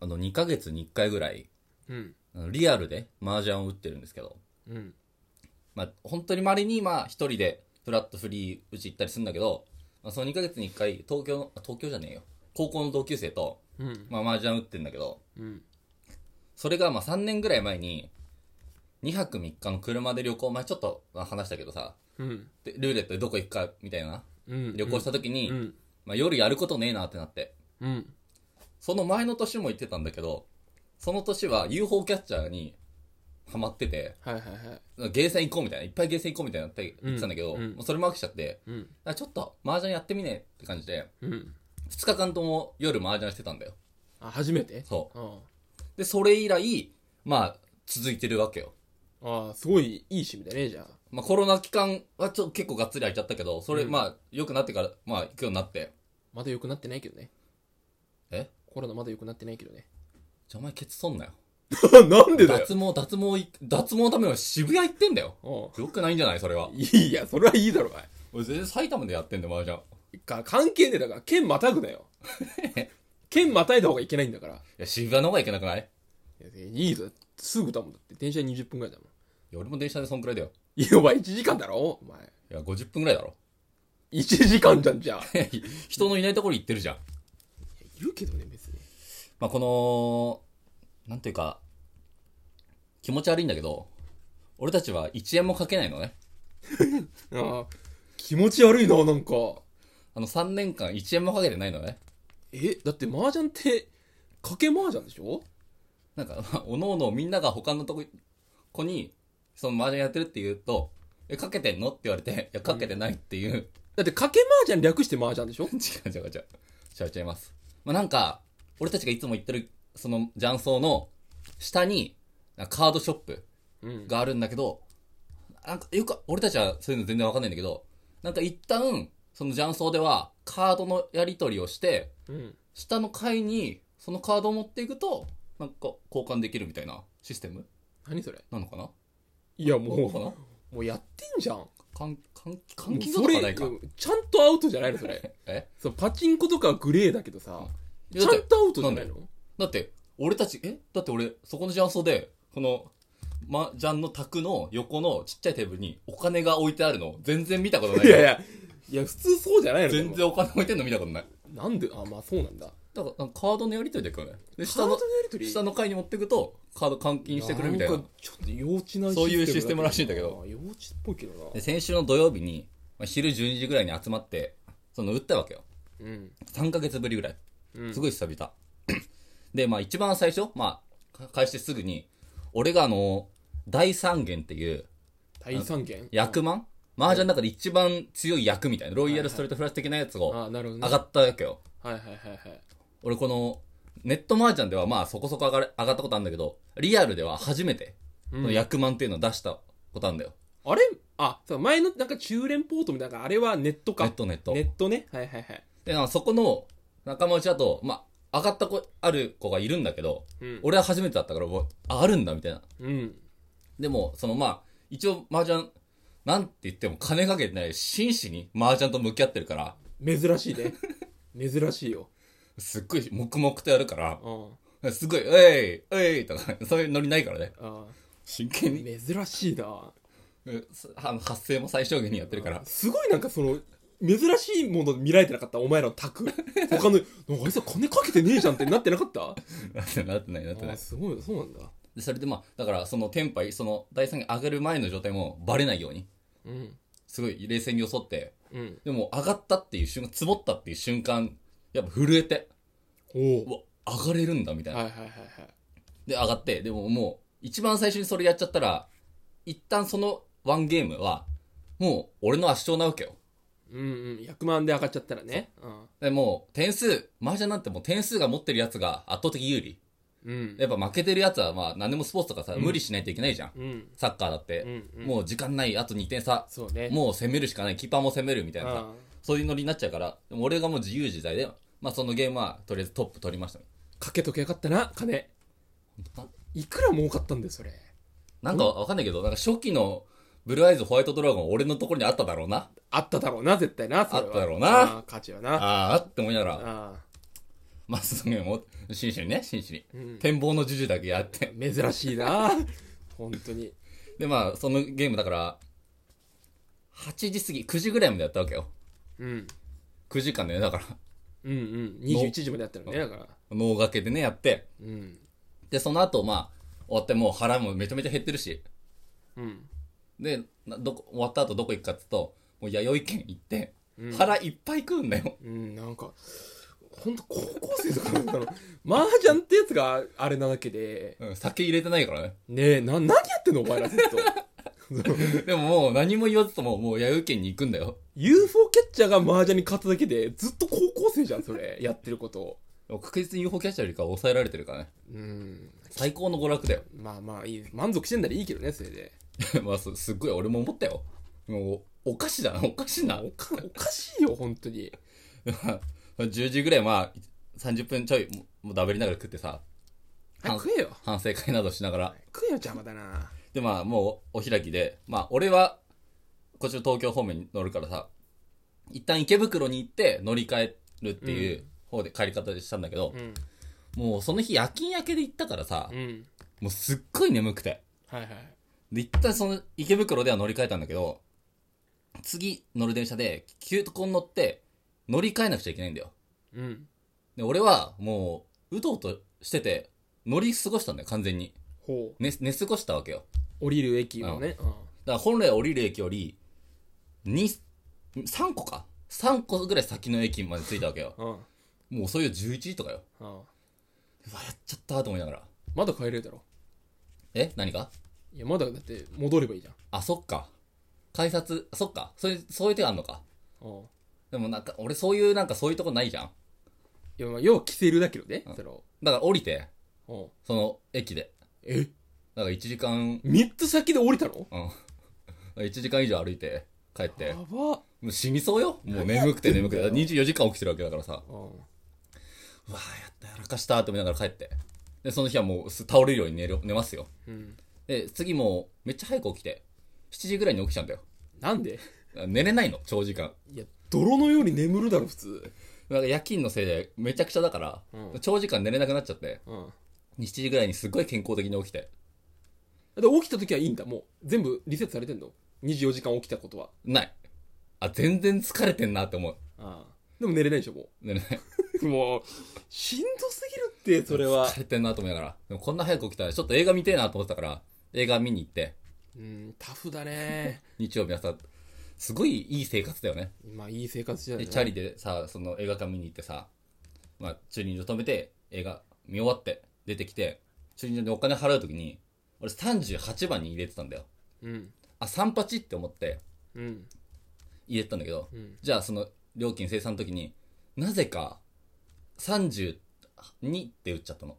あの、2ヶ月に1回ぐらい、うん。あのリアルで麻雀を打ってるんですけど、うん。まあ、本当に稀に、まあ、一人で、フラットフリー打ち行ったりするんだけど、まあ、その2ヶ月に1回、東京の、あ東京じゃねえよ。高校の同級生と、うん。まあ、麻雀打ってんだけど、うん。それが、まあ、3年ぐらい前に、2泊3日の車で旅行、前ちょっとまあ話したけどさ、うん。でルーレットでどこ行くか、みたいな、うん。旅行した時に、うん。まあ、夜やることねえなってなって、うん。その前の年も行ってたんだけど、その年は UFO キャッチャーにハマってて、はいはいはい。ゲーセン行こうみたいな、いっぱいゲーセン行こうみたいなって言ってたんだけど、うんうんもうそれも飽きちゃって、うん。あちょっと麻雀やってみねえって感じで、うん。 2日間とも夜麻雀してたんだよ。あ、初めてそあう。で、それ以来、まあ、続いてるわけよ。ああ、すごいいい趣味だね、じゃあ。まあ、コロナ期間はちょっと結構がっつり空いちゃったけど、それ、うんまあ、良くなってから、まあ、行くようになって。まだ良くなってないけどね。えコロナまだ良くなってないけどね。じゃあお前ケツそんなよ。なんで脱毛、脱毛い、脱毛のための渋谷行ってんだよ。およくないんじゃないそれは。いいや、それはいいだろ、お前。俺全然埼玉でやってんだよ、麻雀。いか関係ねえだから剣またぐなよ剣またいだ方がいけないんだからいや、渋谷の方が行けなくないやいいぞすぐだもんだって電車で20分ぐらいだもんいや、俺も電車でそんくらいだよ。いやお前1時間だろお前いや、50分くらいだろ。 1時間じゃんじゃあいや人のいないところ行ってるじゃん。いるけどね別にまあ、この、なんていうか、気持ち悪いんだけど、俺たちは1円もかけないのね。ああ気持ち悪いななんかあの3年間1円もかけてないのね。えだって麻雀って賭け麻雀でしょなんか、 まあおのおのみんなが他のとこ、子に、その麻雀やってるって言うと、え、かけてんのって言われて、いや、かけてないっていう、 だって賭け麻雀略して麻雀でしょ違う違う違う。違う違います。まあ、なんか、俺たちがいつも行ってる、その雀荘の下に、なんかカードショップうんがあるんだけど、なんかよく、俺たちはそういうの全然わかんないんだけど、なんか一旦、その雀荘では、カードのやり取りをして、うん下の階に、そのカードを持っていくと、なんか交換できるみたいなシステム何それなのかないやどうかもなうもうやってんじゃん換換気換もう気そとかれないかい。やちゃんとアウトじゃないの それえそうパチンコとかはグレーだけどさいちやだゃってんとアウトじゃないのだって、俺たち、えだって俺、そこのジャンソで、この、ま、ジャンの卓の横のちっちゃいテーブルにお金が置いてあるの、全然見たことない。いやいや、いや、普通そうじゃないの全。然お金置いてんの見たことない。でもなんで、あ、まあそうなんだ。だから、なんかカードのやりとりだけどね。で、下下ののや、りとり下の階に持ってくと、カード換金してくれるみたいな。んかちょっと幼稚なそういうシステムらしいんだけどあ幼稚っぽいけどで、な。先週の土曜日に、まあ、昼12時ぐらいに集まって、その、打ったわけよ。うん。 3ヶ月ぶりぐらい。うんすごい久々。 で、まあ一番最初、まあ、か開始してすぐに、俺があの、大三元っていう、第三元役満麻雀の中で一番強い役みたいな、ロイヤルストリートフラッシュ的なやつをあ、なるほどね。上がったわけよ。はいはいはいはい。俺この、ネット麻雀ではまあそこそこ上がれ上がったことあるんだけど、リアルでは初めて、この役満っていうのを出したことあるんだよ。あれあ、そう、前のなんか中連ポートみたいな、あれはネットか。ネットネットネットね。はいはいはい。で、なんかそこの仲間内だと、まあ、上がった子、ある子がいるんだけど、うん俺は初めてだったから、もうあ、あるんだみたいな。うん。でも、そのまあ、一応麻雀、なんて言っても金かけてない、真摯に麻雀と向き合ってるから、珍しいね。 珍しいよ。すっごい黙々とやるから、うん。すごい、えい、えいとか、そういうノリないからね。あ真剣に。珍しいな。えすあの発声も最小限にやってるから。すごいなんかその、珍しいもの見られてなかったお前ら の卓。他の、なんかあいつら金かけてねえじゃんってなってなかったあ なってない、なってない、なってないー。すごい、そうなんだ。でそれでまあ、だからそのテンパイ、その第三に上がる前の状態もバレないように、うん。すごい冷静に装って、うん。でも上がったっていう瞬間、積もったっていう瞬間、やっぱ震えて、おうわ、上がれるんだみたいなはい。はいはいはい。で、上がって、でももう、一番最初にそれやっちゃったら、一旦そのワンゲームは、もう俺の圧勝なわけよ。うんうん。100万で上がっちゃったらね。うで、もう点数、麻雀なんてもう点数が持ってるやつが圧倒的有利。ん。うん。やっぱ負けてるやつはまあ何でもスポーツとかさ、無理しないといけないじゃん。うん。サッカーだって、うんうんもう時間ない、あと2点差。そうね。もう攻めるしかない、キーパーも攻めるみたいなさ、あそういうノリになっちゃうから、でも俺がもう自由自在で、まあそのゲームはとりあえずトップ取りましたね。ーかけとけよかったな、金。本いくら儲かったんだよ、それ。なんかわかんないけど、なんか初期のブルーアイズホワイトドラゴン俺のところにあっただろうな。あっただろうな、絶対な、それは。あっただろうなあー。価値はな。あああって思いながら、あマスの面を、真摯にね、真摯に。うん展望の授受だけやって。珍しいな 本当にで、まあ、そのゲームだから、8時過ぎ、9時ぐらいまでやったわけよ。うん9時間でね、だから、うんうん21時までやったのねだから脳掛けでね、やって。うんで、その後、まあ、終わってもう腹もめちゃめちゃ減ってるし。うんで、などこ、終わった後どこ行くかって言うと、もう弥生県行って、腹いっぱい食うんだよ。うんなんか本当高校生とかなんだろう 麻雀ってやつがあれなだけでうん、酒入れてないからね。ねえな何やってんのお前らずっと でももう何も言わずとも、もう弥生県に行くんだよ。 UFO キャッチャーが麻雀に勝っただけでずっと高校生じゃんそれやってることでも確実に UFO キャッチャーよりかは抑えられてるからね。うん最高の娯楽だよ。 まあまあいい満足してんならいいけどねそれでまあ、すすっごい俺も思ったよ。もう、おかしだな、おかしな。 おかおかしいよ本当に10時ぐらい、まあ、30分ちょい、もうもうダベりながら食ってさ、早く食えよ反省会などしながら。食えよ邪魔だなで、まあ、もう、お開きで、まあ、俺は、こっちの東京方面に乗るからさ、一旦池袋に行って乗り換えるっていうう方で帰り方でしたんだけど、うんもうその日夜勤明けで行ったからさ、うんもうすっごい眠くて。はいはいで、一旦その池袋では乗り換えたんだけど、次乗る電車で、急に乗って、乗り換えなくちゃいけないんだよ。うんで、俺はもう、うとうとしてて、乗り過ごしたんだよ、完全に。ほ寝、寝過ごしたわけよ。う降りる駅もね、うんだから本来降りる駅より、に、3個か。3個ぐらい先の駅まで着いたわけよ。うんもうそういう11時とかよ。うんうわ、やっちゃったと思いながら。まだ帰れるだろえ何かいやまだだって戻ればいいじゃんあ、そっか。改札、そっか。そういう、そういう手があんのか。うんいでもなんか、俺そういう、なんかそういうとこないじゃん。やまあ要は着せるだけどね、そのだから降りて、うんその駅で。えだから1時間、三3つ先で降りたのうん。1時間以上歩いて帰ってや。ばもう死にそうよ。もう眠くて眠くて。何やってんだ24よ時間起きてるわけだからさ。うんうわあやった、やらかしたって思いながら帰って。で、その日はもうす倒れるように寝る、寝ますよ。うんで、次もうめっちゃ早く起きて、7時ぐらいに起きちゃうんだよ。なんで寝れないの、長時間。いや泥のように眠るだろ普通なんか夜勤のせいでめちゃくちゃだから、うん長時間寝れなくなっちゃって、うん7時ぐらいにすっごい健康的に起きて。で起きた時はいいんだもう全部リセットされてんの24時間起きたことはない。あ、全然疲れてんなって思う。ああでも寝れないでしょも寝れない。う もうしんどすぎるってそれは疲れてんなと思いながら。でもこんな早く起きたら、ちょっと映画見てえなと思ってたから、映画見に行って、うんタフだね日曜日朝、すごいいい生活だよね。まあいい生活じゃないで、チャリでさ、その映画館見に行ってさ、まあ、駐輪場止めて、映画見終わって、出てきて、駐輪場にお金払うときに、俺38番に入れてたんだよ。うんあ、38って思ってうん入れてたんだけど、うんじゃあその料金生産のときに、なぜか32って打っちゃったの。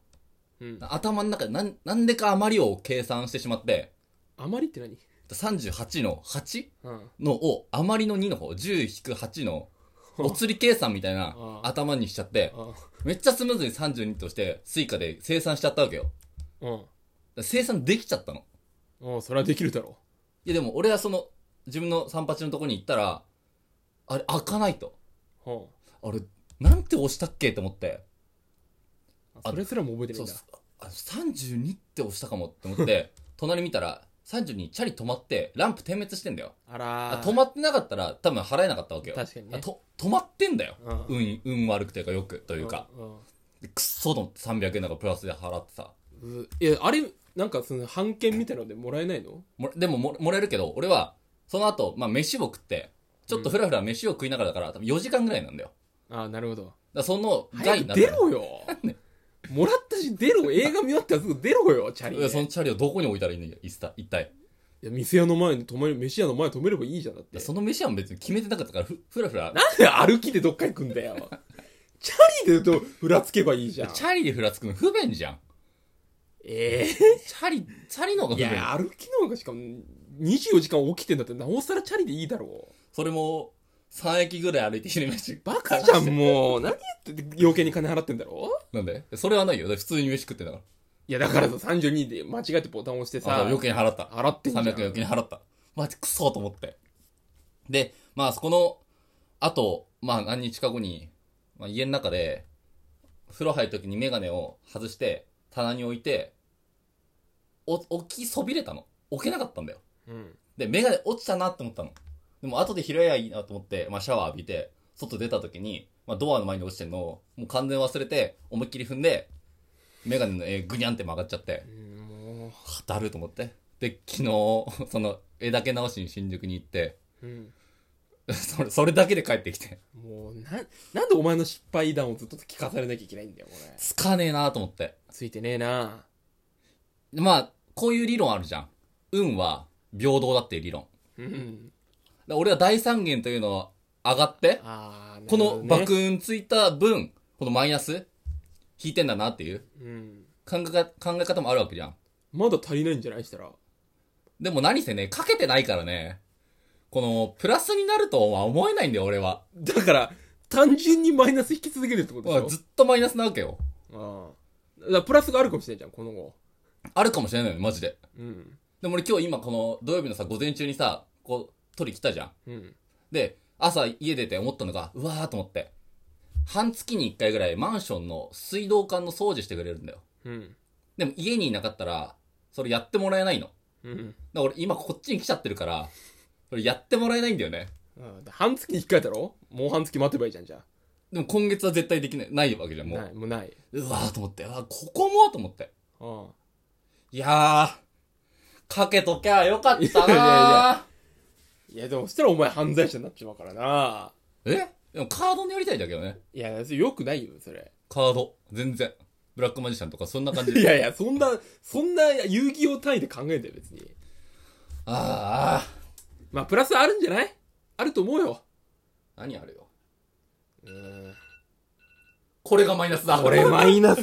うん頭の中でなん、なんでか余りを計算してしまって、あまりって何38の 8? うんのを、余りの2の方、10-8の、お釣り計算みたいなああ頭にしちゃって、あめっちゃスムーズに32として、スイカで生産しちゃったわけよ。だかうんら生産できちゃったの。うんそれはできるだろいやでも俺はその、自分の38のとこに行ったら、あれ開かないと。ううんあれ、なんて押したっけって思って。あそれすらも覚えてないそんうだ、あ32って押したかもって思 って、隣見たら、32チャリ止まって、ランプ点滅してんだよ。あらあー止まってなかったら多分払えなかったわけよ。確かにねあと止まってんだよ。うん運、運悪くてかよくというか。うんでくっそと思って300円なんかプラスで払ってさ。うんういやあれなんかその判券みたいなのでもらえないのもでもももらえるけど、俺は、その後、まあ飯を食って、ちょっとふらふら飯を食いながらだから、多分4時間ぐらいなんだよ。ああなるほどだからその早害くにな出る。 ろよもらったし出ろ映画見終わったらすぐ出ろよチャリいやそのいチャリをどこに置いたらいいのよ、一体。一体や店屋の前に止める飯屋の前に止めればいいじゃんだってその飯は別に決めてなかったから、ふふらふら。なんで歩きでどっか行くんだ よチャリでとふらつけばいいじゃんチャリでふらつくの不便じゃん。えチャリ、チャリの方えがい不便。や歩きの方がしかも24時間起きてんだってなおさらチャリでいいだろうそれも、3駅ぐらい歩いて昼飯。バカじゃんもう何やってて余計に金払ってんだろなんでそれはないよ。だって普通に飯食ってんだから。いやだからさ32で間違えてボタン押してあさ余計に払った。払ってんじゃん300円余計に払った。マジクソと思って。で、まあそこの、あと、まあ何日か後に、まあ家の中で、風呂入る時にメガネを外して、棚に置いて、お、置きそびれたの。置けなかったんだよ。うん。で、メガネ落ちたなって思ったの。でも後で拾えばいいなと思って、まあシャワー浴びて、外出た時に、まあドアの前に落ちてんのを、もう完全忘れて、思いっきり踏んで、メガネの絵ぐにゃんって曲がっちゃって、もはだると思って。で、昨日、 その絵だけ直しに新宿に行って、 う、うん。それ、それだけで帰ってきて、もう、なん、なんでお前の失敗談をずっと聞かされなきゃいけないんだよ、これ。つかねえなと思って。ついてねえなまあ、こういう理論あるじゃん。運は平等だっていう理論。だかうん。ら俺は大三元というのは上がって、ああ、このなるほど爆運ついた分、このマイナス、引いてんだなっていうね、うん。考えか考え方もあるわけじゃん。まだ足りないんじゃないしたら。でも何せね、かけてないからね、この、プラスになるとは思えないんだよ、俺は。だから、単純にマイナス引き続けてるってことでしょずっとマイナスなわけよ。ああ。だからプラスがあるかもしれないじゃん、この後。あるかもしれないのよ、マジで。うん。でも俺今日今この土曜日のさ、午前中にさ、こう、取り来たじゃん。うん。で、朝家出て思ったのが、うわーと思って。半月に一回ぐらいマンションの水道管の掃除してくれるんだよ。うん。でも家にいなかったら、それやってもらえないの。だかうん。ら俺今こっちに来ちゃってるから、それやってもらえないんだよね。ああ半月に1回だろもう半月待てばいいじゃん、じゃあ。でも今月は絶対できない、ないわけじゃん、もなう。い、もうない。うわーと思って、うわーここもと思って。ああ。いやー、かけときゃよかったなー。いやいやいや、でもそしたらお前犯罪者になっちまうからなえでもカードにやりたいんだけどね。いや、よくないよ、それ。カード。全然。ブラックマジシャンとかそんな感じで。いやいや、そんな、そんな遊戯王単位で考えんだよ、別に。あーまあ、プラスあるんじゃないあると思うよ。あー、何あるよ。うん。これがマイナスだ。これマイナス